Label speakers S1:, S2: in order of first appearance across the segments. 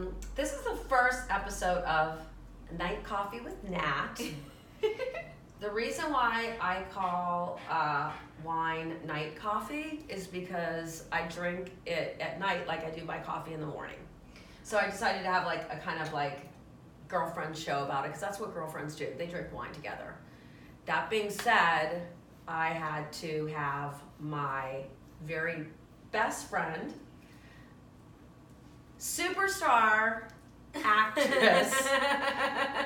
S1: Um, this is the first episode of Night Coffee with Nat. the reason why I call uh, wine night coffee is because I drink it at night like I do my coffee in the morning. So I decided to have like a kind of like girlfriend show about it because that's what girlfriends do. They drink wine together. That being said, I had to have my very best friend, superstar actress.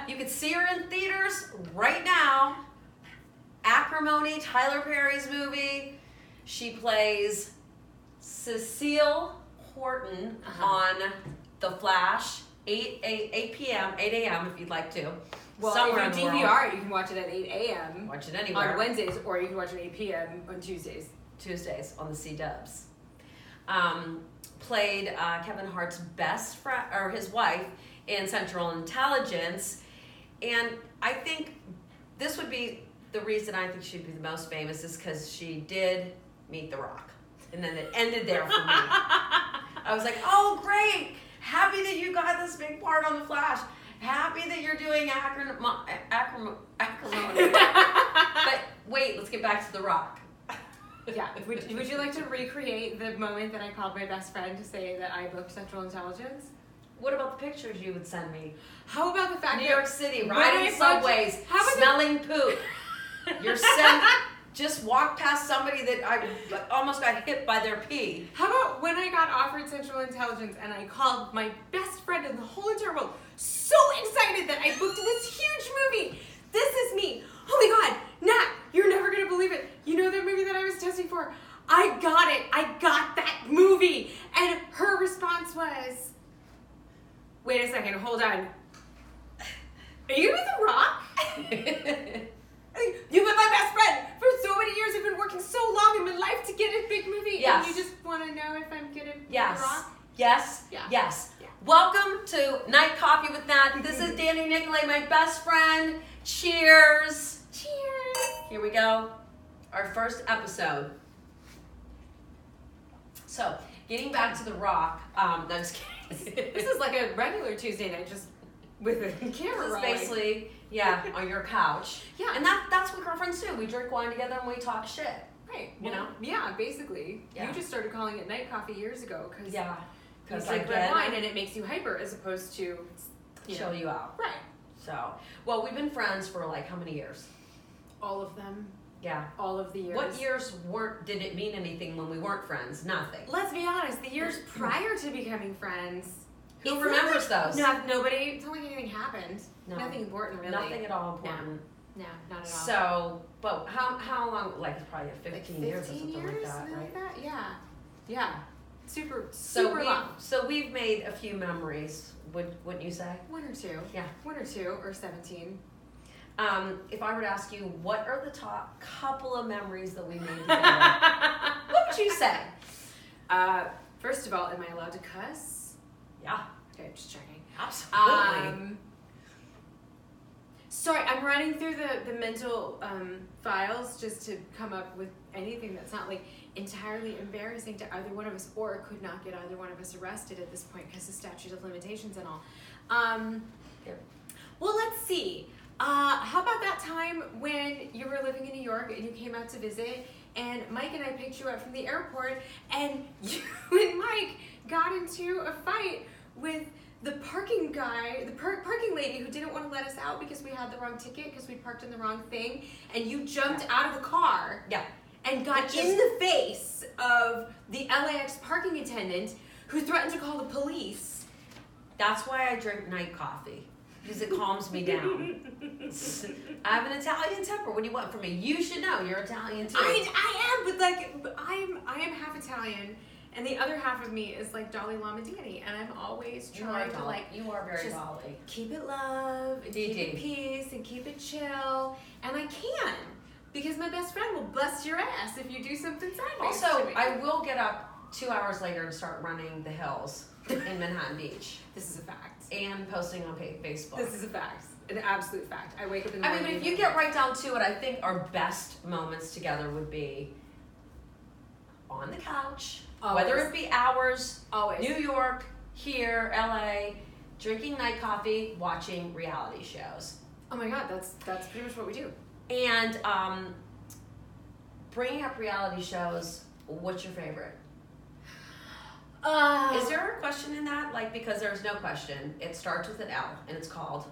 S1: you could see her in theaters right now. Acrimony, Tyler Perry's movie. She plays Cecile Horton
S2: Uh-huh.
S1: on The Flash, 8, 8, 8 p.m., 8 a.m. if you'd like to.
S2: Well,
S1: Somewhere
S2: if you
S1: in the world.
S2: DVR, it, you can watch it at 8 a.m.
S1: Watch it
S2: on
S1: anywhere.
S2: Wednesdays, or you can watch it at 8 p.m. on Tuesdays.
S1: Tuesdays on the C Dubs. Um, played uh, Kevin Hart's best friend or his wife in Central Intelligence, and I think this would be the reason I think she'd be the most famous is because she did meet The Rock, and then it ended there for me. I was like, oh great, happy that you got this big part on The Flash. Happy that you're doing acron- acron- acrimony. but wait, let's get back to The Rock.
S2: yeah. Would, would you like to recreate the moment that I called my best friend to say that I booked Central Intelligence?
S1: What about the pictures you would send me?
S2: How about the fact
S1: New
S2: that
S1: York City,
S2: When I
S1: riding
S2: bought
S1: subways,
S2: you- how about the-
S1: smelling poop. You're sent. Just walk past somebody that I almost got hit by their pee.
S2: How about when I got offered Central Intelligence and I called my best friend in the whole entire world, so excited that I booked this huge movie? This is me. Oh my god, Nat, you're never gonna believe it. You know that movie that I was testing for? I got it. I got that movie. And her response was, wait a second, hold on. Are you with The Rock? You've been my best friend for so many years. I've been working so long in my life to get a big movie.
S1: Yes.
S2: And you just want to know if I'm good at
S1: yes.
S2: The rock?
S1: Yes.
S2: Yeah.
S1: Yes.
S2: Yeah.
S1: Welcome to Night Coffee with Nat. This is Danny Nicolay, my best friend. Cheers.
S2: Cheers.
S1: Here we go. Our first episode. So, getting back to The Rock. Um, no, I'm just kidding.
S2: This is like a regular Tuesday night, just with a camera
S1: This is
S2: rolling.
S1: basically, yeah, on your couch.
S2: Yeah.
S1: And that that's what girlfriends do. We drink wine together and we talk shit.
S2: right.
S1: you
S2: well,
S1: know?
S2: Yeah, basically.
S1: Yeah.
S2: You just started calling it night coffee years ago because you
S1: Because I
S2: drink red
S1: get
S2: wine and it makes you hyper as opposed to you
S1: chill
S2: know.
S1: you out.
S2: Right.
S1: So, well, we've been friends for like how many years?
S2: All of them.
S1: Yeah.
S2: All of the years.
S1: What years weren't did it mean anything when we weren't friends? Nothing.
S2: Let's be honest. The years prior to becoming friends.
S1: Who
S2: It's not
S1: remembers
S2: like-
S1: those?
S2: No, nobody. It's not like anything happened.
S1: No.
S2: Nothing important, really.
S1: Nothing at all important.
S2: No, not at all.
S1: So, but how how long? Like it's probably
S2: like
S1: 15 years or something like that,
S2: something
S1: right?
S2: like that? Yeah. Yeah. Super,
S1: So
S2: super
S1: we
S2: long.
S1: so we've made a few memories. Would wouldn't you say?
S2: One or two.
S1: Yeah.
S2: One or two or 17.
S1: Um, if I were to ask you, what are the top couple of memories that we made together? what
S2: what
S1: would you say?
S2: Uh, first of all, am I allowed to cuss?
S1: Yeah,
S2: Okay, I'm just checking.
S1: absolutely.
S2: Um, sorry, I'm running through the, the mental um, files just to come up with anything that's not like entirely embarrassing to either one of us or could not get either one of us arrested at this point because of statute of limitations and all. Um,
S1: Yep.
S2: Well, let's see. Uh, how about that time when you were living in New York and you came out to visit, and Mike and I picked you up from the airport, and you and Mike got into a fight with the parking guy, the par- parking lady who didn't want to let us out because we had the wrong ticket because we parked in the wrong thing, and you jumped out of the car
S1: yeah,
S2: and got
S1: Which is-
S2: in the face of the LAX parking attendant who threatened to call the police.
S1: that's why I drink night coffee because it calms me down. I have an Italian temper. What do you want from me? You should know you're Italian too.
S2: I, I am, but like but I'm I am half Italian, and the other half of me is like Dalai Lama Danny, and I'm always
S1: you are
S2: trying to
S1: Dolly.
S2: like
S1: you are very
S2: just-
S1: Dolly.
S2: keep it love and keep
S1: DD.
S2: it peace and keep it chill, and I can because my best friend will bust your ass if you do something sideways.
S1: Also,
S2: to me.
S1: I will get up two hours later and start running the hills in Manhattan Beach
S2: this is a fact.
S1: and posting on pa- Facebook.
S2: This is a fact, an absolute fact. I wake up in the
S1: I mean,
S2: morning.
S1: but if
S2: and
S1: you
S2: I'm
S1: get
S2: like,
S1: right down to it, I think our best moments together would be on the couch, whether
S2: Always.
S1: it be hours,
S2: always
S1: New York, here, LA, drinking night coffee, watching reality shows,
S2: Oh my god, that's that's pretty much what we do.
S1: and um, bringing up reality shows. What's your favorite?
S2: Uh,
S1: Is there a question in that? Like, because there's no question. It starts with an L, and it's called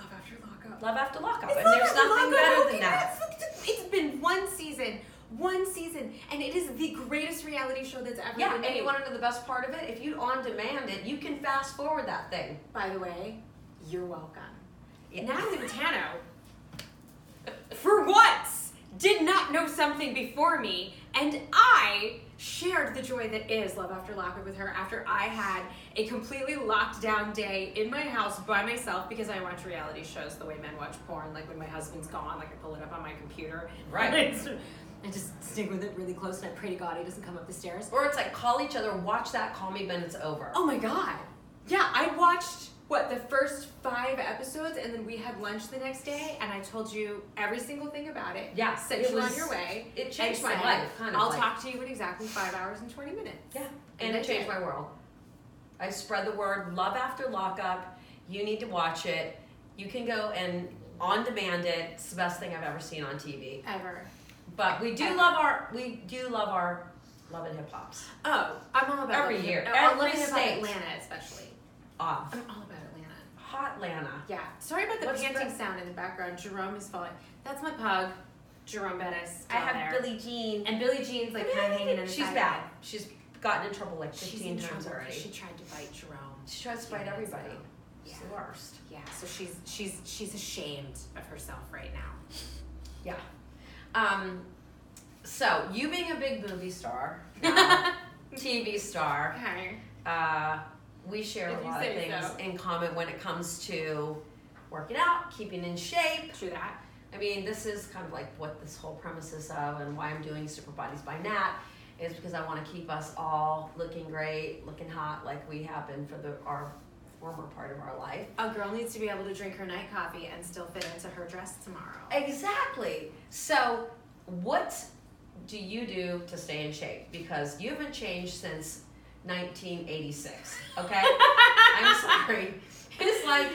S2: love after lockup?
S1: Love After Lockup,
S2: It's
S1: and
S2: Love
S1: there's
S2: After
S1: nothing
S2: Lockup,
S1: better
S2: okay,
S1: than that.
S2: that's- It's been one season, one season, and it is the greatest reality show that's ever
S1: Yeah,
S2: been
S1: and
S2: made.
S1: you want to know the best part of it? If you on demand it, you can fast forward that thing.
S2: By the way, you're welcome.
S1: Yeah.
S2: Natalie Matano, for once, did not know something before me, and I shared the joy that is Love After Lockup with her after I had a completely locked down day in my house by myself because I watch reality shows the way men watch porn. Like when my husband's gone, like I pull it up on my computer.
S1: Right.
S2: I just stick with it really close, and I pray to God he doesn't come up the stairs.
S1: Or it's like call each other, watch that, call me when it's over.
S2: Oh my god. Yeah, I watched what the first five episodes, and then we had lunch the next day, and I told you every single thing about it.
S1: Yeah,
S2: sent
S1: it
S2: you
S1: was-
S2: on your way.
S1: It
S2: and
S1: changed my
S2: said,
S1: life, kind of.
S2: I'll
S1: like-
S2: talk to you in exactly five hours and twenty minutes.
S1: Yeah, and it changed my world. I spread the word love after lockup. You need to watch it. You can go and on demand it. It's the best thing I've ever seen on TV.
S2: Ever.
S1: But we do love our we do love our love and hip hops.
S2: Oh, I'm all about Oh,
S1: Every
S2: living
S1: year,
S2: In, I'm
S1: every
S2: living about
S1: state.
S2: Atlanta, especially.
S1: Off.
S2: I'm all about Atlanta.
S1: Hot Lana.
S2: Yeah. Sorry about the
S1: What's
S2: panting
S1: the-
S2: sound in the background. Jerome is falling. That's my pug, Jerome Bettis.
S1: I
S2: down
S1: have
S2: there.
S1: Billie Jean.
S2: And Billie Jean's like kind of hanging in the
S1: She's
S2: side.
S1: bad. She's gotten in trouble like
S2: She's
S1: 15
S2: in
S1: times
S2: trouble.
S1: already.
S2: She tried to bite Jerome.
S1: She tries to fight
S2: Yeah,
S1: everybody.
S2: so-
S1: She's
S2: yeah.
S1: the worst.
S2: Yeah, so she's she's she's ashamed of herself right now.
S1: Yeah. Um, so you being a big movie star, uh, TV star,
S2: Okay.
S1: uh, we share
S2: If
S1: a
S2: you
S1: lot of
S2: say
S1: things
S2: so.
S1: in common when it comes to working out, keeping in shape.
S2: True that.
S1: I mean, this is kind of like what this whole premise is of, and why I'm doing Super Bodies by Nat is because I want to keep us all looking great, looking hot, like we have been for the our former part of our life.
S2: A girl needs to be able to drink her night coffee and still fit into her dress tomorrow.
S1: Exactly. So, what do you do to stay in shape? Because you haven't changed since 1986. Okay, I'm sorry. It's like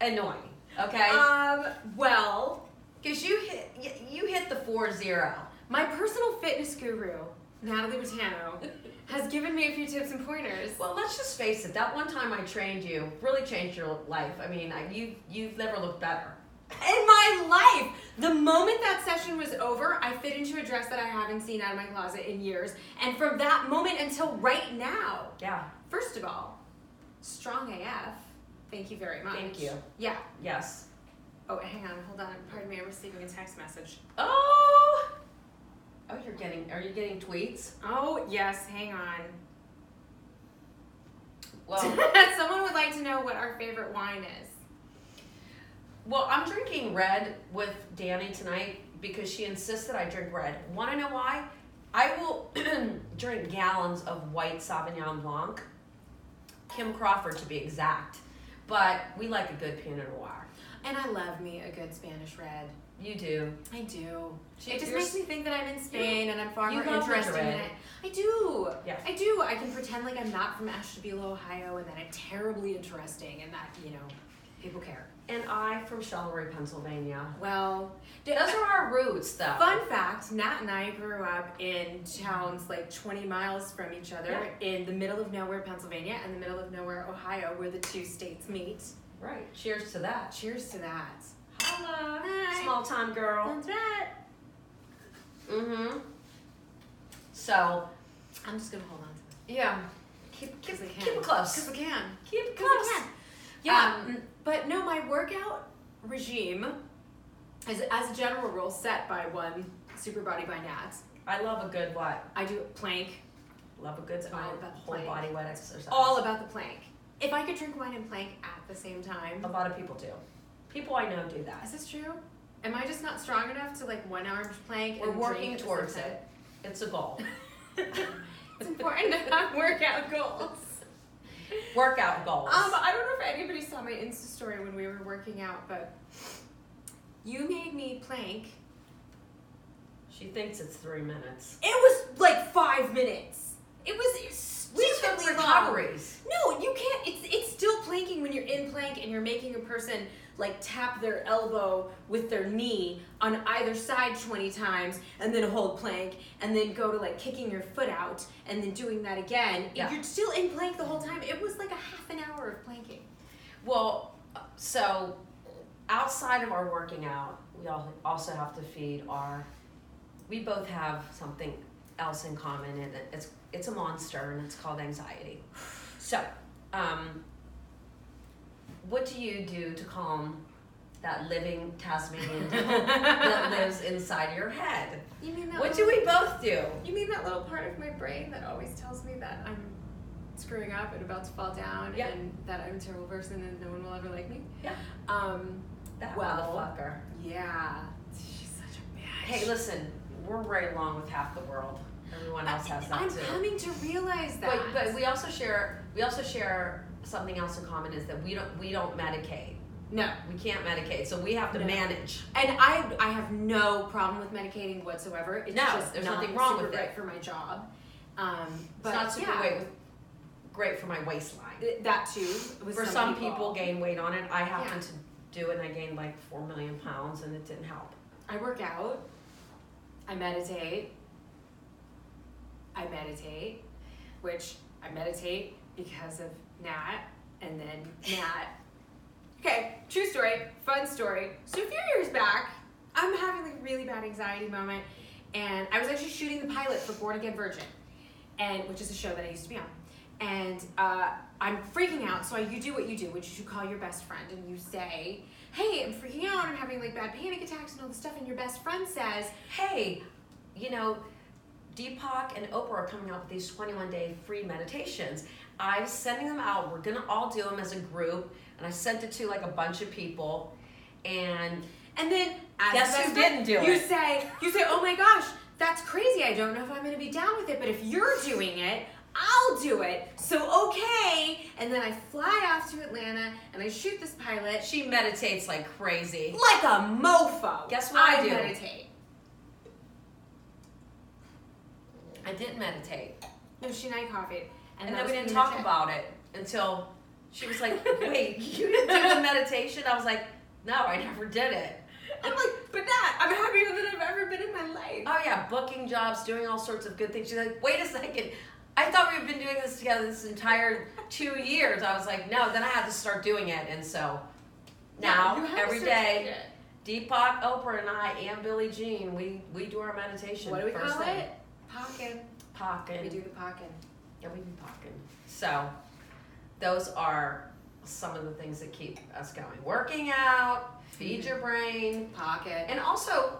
S1: annoying. Okay,
S2: Um, well,
S1: because you hit y- you hit the four zero.
S2: my personal fitness guru, Natalie Botano, has given me a few tips and pointers.
S1: Well, let's just face it. That one time I trained you really changed your life. I mean, I, you you've never looked better.
S2: In my life, the moment that session was over, I fit into a dress that I haven't seen out of my closet in years. And from that moment until right now,
S1: Yeah.
S2: First of all, strong AF. Thank you very much.
S1: Thank you.
S2: Yeah.
S1: Yes.
S2: Oh, hang on. Hold on. Pardon me. I'm receiving a text message.
S1: Oh. Oh, you're getting. Are you getting tweets?
S2: Oh, yes. Hang on.
S1: Well.
S2: Someone would like to know what our favorite wine is.
S1: Well, I'm drinking red with Danny tonight because she insists that I drink red. Want to know why? I will drink gallons of white Sauvignon Blanc, Kim Crawford to be exact. But we like a good Pinot Noir.
S2: And I love me a good Spanish red.
S1: You do.
S2: I do.
S1: She-
S2: it just
S1: you're
S2: makes me think that I'm in Spain and I'm far
S1: you
S2: more
S1: love winter
S2: interesting than
S1: red.
S2: I, I do.
S1: Yeah.
S2: I do. I can pretend like I'm not from Ashtabula, Ohio, and that I'm terribly interesting and that, you know, people care.
S1: And I from Charleroy, Pennsylvania.
S2: Well, d-
S1: Those are our roots, though.
S2: Fun fact, Nat and I grew up in towns like 20 miles from each other in the middle of nowhere, Pennsylvania, and the middle of nowhere, Ohio, where the two states meet.
S1: Right. Cheers to that.
S2: Cheers to that.
S1: Hello.
S2: Hi.
S1: Small town girl.
S2: That's right.
S1: Mm hmm. So,
S2: I'm just going to hold on to
S1: yeah. Keep, keep,
S2: Because I can.
S1: keep it
S2: Because
S1: close.
S2: I can.
S1: Keep it
S2: 'Cause I
S1: close.
S2: can. Yeah.
S1: Um,
S2: but no, my workout regime is, as a general rule, set by one super body by Nat.
S1: I love a good what?
S2: I do plank,
S1: Love a good
S2: It's all
S1: time,
S2: about
S1: whole
S2: playing.
S1: body wet exercise.
S2: all about the plank. If I could drink wine and plank at the same time,
S1: a lot of people do. People I know do that.
S2: Is this true? Am I just not strong enough to like one arm plank?
S1: We're
S2: and
S1: working
S2: drink at the
S1: towards
S2: same
S1: it. It's a goal.
S2: time? it's important to have workout goals.
S1: Workout
S2: Um,
S1: goals.
S2: I don't know if anybody saw my Insta story when we were working out, but you made me plank.
S1: she thinks it's three minutes.
S2: It was like five minutes. It was
S1: We took
S2: stupidly long.
S1: recoveries.
S2: No, you can't. It's it's still planking plank and you're making a person like tap their elbow with their knee on either side 20 times and then hold plank and then go to like kicking your foot out and then doing that again. And
S1: Yeah.
S2: You're still in plank the whole time. It was like a half an hour of planking.
S1: Well, so outside of our working out, we all also have to feed our. We both have something else in common, and it- it's it's a monster, and it's called anxiety. So, um, what do you do to calm that living Tasmanian devil that lives inside your head?
S2: You mean that
S1: What do we both do?
S2: You mean that little part of my brain that always tells me that I'm screwing up and about to fall down
S1: Yeah.
S2: and that I'm a terrible person and no one will ever like me?
S1: Yeah.
S2: Um,
S1: That
S2: Well-
S1: motherfucker.
S2: yeah. She's such a bitch.
S1: Hey, listen, we're right along with half the world. Everyone else has that
S2: I'm
S1: too.
S2: coming to realize that.
S1: But, but we also share we also share something else in common is that we don't we don't medicate.
S2: no.
S1: We can't medicate, so we have to
S2: No.
S1: manage.
S2: And I I have no problem with medicating whatsoever. It's
S1: No,
S2: just
S1: there's
S2: not
S1: nothing wrong
S2: super
S1: with it.
S2: right for my job. Um,
S1: It's
S2: but
S1: not super
S2: yeah,
S1: weight with, great for my waistline.
S2: th- That too. With
S1: for some people. gain weight on it. I
S2: Yeah.
S1: happened to do it, and I gained like four million pounds, and it didn't help.
S2: I work out. I meditate. I meditate, which I meditate because of Nat, and then Nat. okay, true story, fun story. So a few years back, I'm having like a really bad anxiety moment, and I was actually shooting the pilot for Born Again Virgin, and which is a show that I used to be on. And uh, I'm freaking out, so I, you do what you do, which is you call your best friend and you say, "Hey, I'm freaking out. I'm having like bad panic attacks and all this stuff." And your best friend says,
S1: Hey, you know, Deepak and Oprah are coming out with these 21 day free meditations. I'm sending them out. We're gonna all do them as a group, and I sent it to like a bunch of people, and
S2: And then as
S1: Guess
S2: the best
S1: who
S2: friend,
S1: didn't do
S2: you
S1: it?
S2: say, you say, oh my gosh, that's crazy. I don't know if I'm gonna be down with it, but if you're doing it, I'll do it. So okay. And then I fly off to Atlanta and I shoot this pilot
S1: She meditates like crazy.
S2: like a mofo.
S1: Guess what I do?
S2: meditate.
S1: I didn't meditate.
S2: No, she and I coffee.
S1: And,
S2: that
S1: then we
S2: was
S1: didn't
S2: pretty
S1: talk
S2: much it.
S1: about it until she was like, wait, you didn't do the meditation? I was like, no, I never did it.
S2: I'm like, but that I'm happier than I've ever been in my life.
S1: Oh, yeah, booking jobs, doing all sorts of good things. She's like, wait a second. I thought we've been doing this together this entire two years. I was like, no, then I had to start doing it. And so now,
S2: You have to
S1: every
S2: start
S1: day,
S2: doing it.
S1: Deepak, Oprah, and I, and Billie Jean, we, we do our meditation.
S2: What do we
S1: first
S2: call
S1: thing.
S2: it? Pocket.
S1: Pocket.
S2: We do the pocket.
S1: Yeah, we be talking. So, those are some of the things that keep us going. Working out, feed your brain,
S2: Pocket.
S1: and also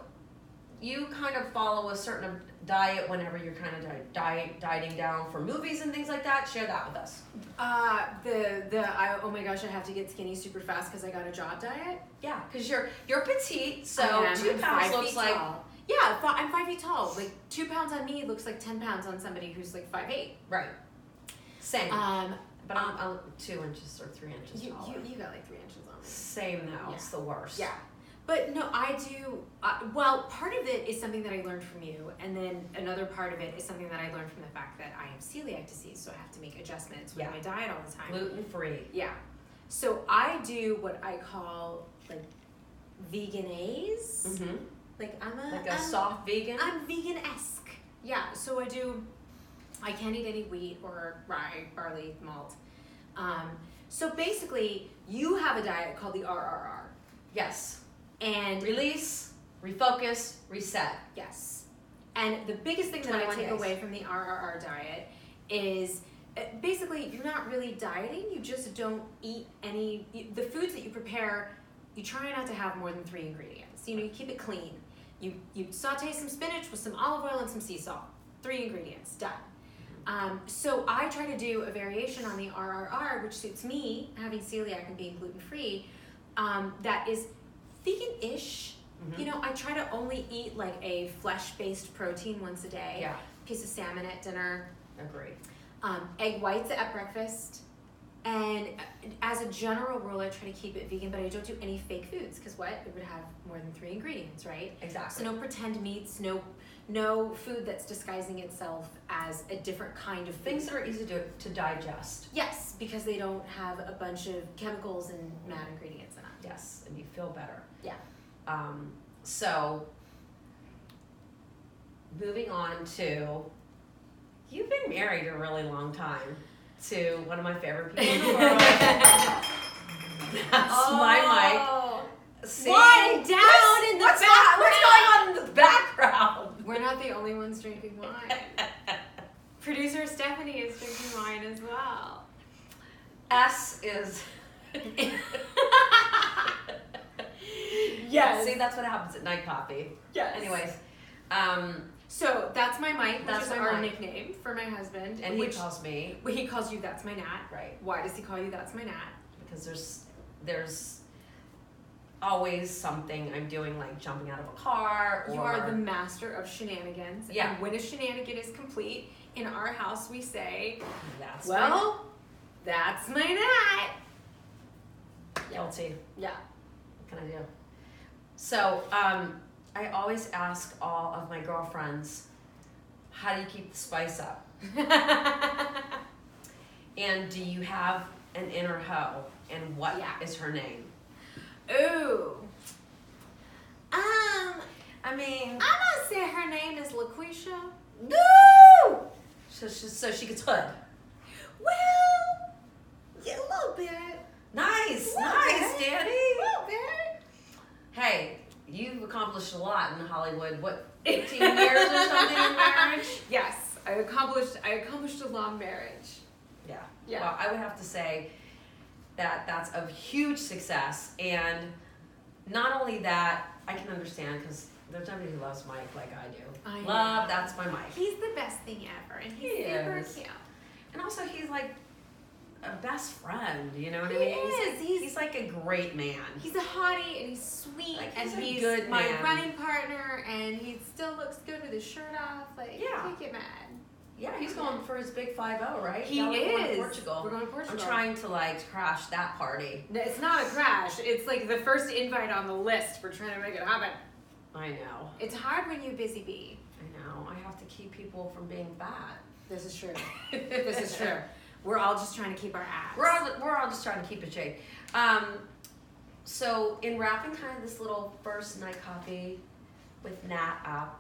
S1: you kind of follow a certain diet whenever you're kind of di- diet dieting down for movies and things like that. Share that with us.
S2: Uh, the the I oh my gosh, I have to get skinny super fast because I got a job diet.
S1: Yeah, because you're you're petite, so
S2: I am.
S1: two
S2: I'm
S1: pounds
S2: five
S1: looks
S2: feet
S1: like
S2: tall. yeah, fi- I'm five feet tall. Like two pounds on me looks like ten pounds on somebody who's like five eight.
S1: right. Same,
S2: Um,
S1: but I'm, I'm two inches or three inches
S2: you,
S1: taller.
S2: you you got like three inches on me.
S1: Same though, it's the worst.
S2: Yeah. But no, I do. Uh, well, part of it is something that I learned from you, and then another part of it is something that I learned from the fact that I have celiac disease, so I have to make adjustments with
S1: Yeah.
S2: my diet all the time.
S1: gluten free.
S2: Yeah. So I do what I call like vegan A's.
S1: Mm-hmm.
S2: Like I'm a
S1: Like a
S2: I'm-
S1: soft vegan.
S2: I'm vegan esque. Yeah. So I do. I can't eat any wheat or rye, barley, malt. Um, so basically, you have a diet called the RRR,
S1: yes.
S2: and
S1: Release, refocus, reset.
S2: Yes. And the biggest thing that I
S1: 21
S2: take
S1: days.
S2: away from the RRR diet is uh, basically you're not really dieting, you just don't eat any you, the foods that you prepare, you try not to have more than 3 ingredients. You know, you keep it clean. You you saute some spinach with some olive oil and some sea salt. 3 ingredients, done. Um, so I try to do a variation on the RRR, which suits me, having celiac and being gluten free, um, that is vegan-ish. You know, I try to only eat like a flesh-based protein once a day.
S1: Yeah,
S2: Piece of salmon at dinner,
S1: agree.
S2: um, egg whites at breakfast, and uh, as
S3: as a general rule, I try to keep it vegan, but I don't do any fake foods because what? It would have more than three ingredients, right? So
S1: Exactly.
S3: no pretend meats, no no food that's disguising itself as a different kind of food.
S1: Things that are easy to, to digest.
S3: Yes, because they don't have a bunch of chemicals and mad ingredients in it.
S1: Yes, and you feel better.
S3: Yeah.
S1: Um, so, moving on to, you've been married a really long time to one of my favorite people in the world. That's
S2: Oh.
S1: my
S3: Oh.
S1: mic. See?
S3: Wine down
S1: What's-
S3: in the
S1: what's go- what's going on in the background?
S2: We're not the only ones drinking wine. Producer Stephanie is drinking wine as well.
S1: S is.
S3: Yes.
S1: See, that's what happens at night coffee.
S3: Yes.
S1: Anyways, um,
S2: So that's my Mike.
S1: That's
S2: That's
S1: my
S2: our
S1: Mike.
S2: nickname for my husband.
S1: and he
S2: which
S1: calls me
S2: well, he calls you that's my Nat.
S1: right
S2: Why does he call you that's my Nat?
S1: because there's there's always something I'm doing like jumping out of a car. Or,
S2: You are the master of shenanigans.
S1: Yeah.
S2: And when a shenanigan is complete, in our house we say,
S1: that's
S2: Well, that's my
S1: right.
S2: Nat.
S1: guilty.
S2: Yeah.
S1: What can I do? So um, I always ask all of my girlfriends, how do you keep the spice up? And do you have an inner hoe? And what is
S2: Yeah.
S1: her name?
S2: Ooh. Um,
S1: I mean,
S2: I'm gonna say her name is LaQuisha.
S1: no. So she, so she gets hood.
S2: Well, yeah, a little bit.
S1: Nice,
S2: Well,
S1: nice,
S2: okay.
S1: Danny.
S2: little bit.
S1: Hey, you've accomplished a lot in Hollywood. What, 15 years or something in marriage?
S2: Yes, I accomplished. I accomplished a long marriage.
S1: Yeah.
S2: Yeah.
S1: Well, I would have to say that that's a huge success. And not only that, I can understand because there's nobody who loves Mike like I do.
S2: I know.
S1: Love, that's my Mike.
S2: He's the best thing ever, and he's
S1: He
S2: super
S1: is.
S2: cute.
S1: And also, he's like a best friend, you know what
S2: He
S1: I mean? He's-
S2: is. He's,
S1: He's like a great man.
S2: He's a hottie and he's sweet
S1: Like,
S2: and
S1: he's a
S2: he's
S1: good
S2: my
S1: man.
S2: running partner and he still looks good with his shirt off. Like
S1: Yeah.
S2: you can't get mad.
S1: Yeah, he's going for his big 5 0, right?
S2: He
S1: Yeah, we're going to
S2: is.
S1: Portugal.
S2: We're going to Portugal.
S1: I'm trying to like crash that party.
S2: No, It's not a crash. It's like the first invite on the list. We're trying to make it happen.
S1: I know.
S2: It's hard when you're a busy bee.
S1: I know. I have to keep people from being fat.
S2: This is true. this is true. We're all just trying to keep our ass.
S1: We're all we're all just trying to keep it shape. Um, so in wrapping kind of this little first night coffee with Nat up,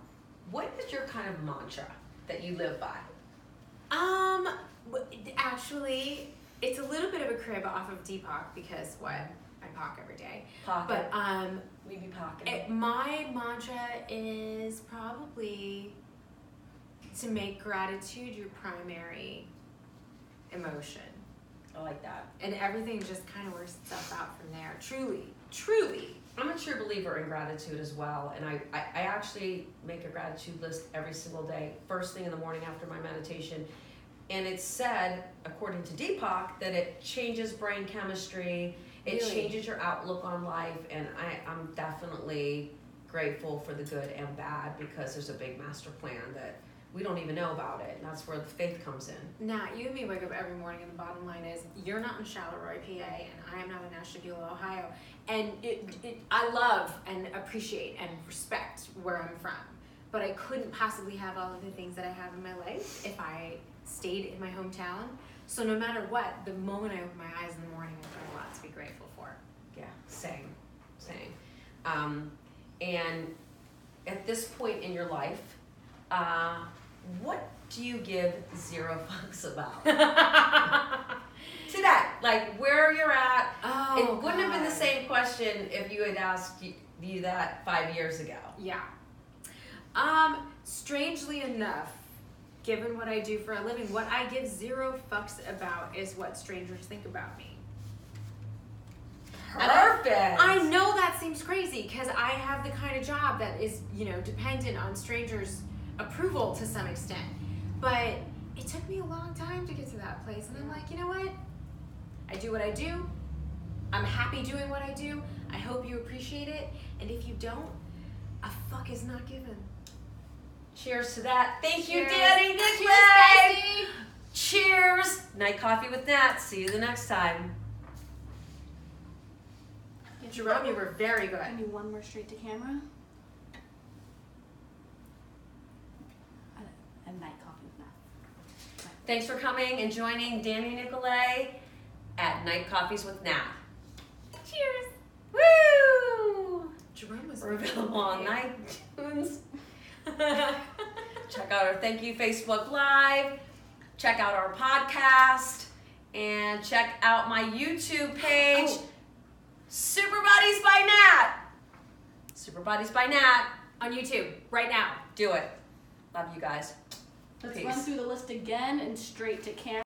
S1: what is your kind of mantra that you live by?
S2: Um, w- actually, it's a little bit of a crib off of Deepak because what I pock every day.
S1: Pocket,
S2: But um,
S1: we be pocketing.
S2: it, my mantra is probably to make gratitude your primary emotion,
S1: I like that.
S2: and everything just kind of works itself out from there. Truly, truly.
S1: I'm a true believer in gratitude as well, and I, I, I actually make a gratitude list every single day, first thing in the morning after my meditation. And it's said, according to Deepak, that it changes brain chemistry, it
S2: Really?
S1: changes your outlook on life, and I, I'm definitely grateful for the good and bad because there's a big master plan that we don't even know about it, and that's where the faith comes in.
S2: Nat, you and me wake up every morning, and the bottom line is you're not in Charleroi, PA, and I am not in Ashtabula, Ohio. And it, it, I love and appreciate and respect where I'm from, but I couldn't possibly have all of the things that I have in my life if I stayed in my hometown. So no matter what, the moment I open my eyes in the morning, I've got a lot to be grateful for.
S1: Yeah, same, same. Um, and at this point in your life, uh, what do you give zero fucks about? to that, like where you're at.
S2: Oh,
S1: it wouldn't have been the
S2: God.
S1: same question if you had asked you, you that five years ago.
S2: Yeah. Um, strangely enough, given what I do for a living, what I give zero fucks about is what strangers think about me. And I-
S1: Perfect.
S2: I know that seems crazy because I have the kind of job that is, you know, dependent on strangers' approval to some extent. But it took me a long time to get to that place, and I'm like, you know what? I do what I do. I'm happy doing what I do. I hope you appreciate it. And if you don't, a fuck is not given.
S1: Cheers to that. Thank you,
S2: Cheers.
S1: Danny. Good
S2: Cheers,
S1: way.
S2: bestie.
S1: Cheers. Night coffee with Nat. See you the next time.
S3: Jerome, you were very good.
S4: Can do one more straight to camera. I- I'm not copying that.
S1: Thanks for coming and joining Danny Nicolay at Night Coffees with Nat.
S2: Cheers.
S1: Woo!
S3: Jerome was
S1: We're available on iTunes. Check out our thank you Facebook Live. Check out our podcast. And check out my YouTube page,
S3: Oh.
S1: Super Buddies by Nat. Super Buddies by Nat on YouTube right now. Do it. Love you guys.
S4: Let's
S1: Peace.
S4: run through the list again and straight to camera.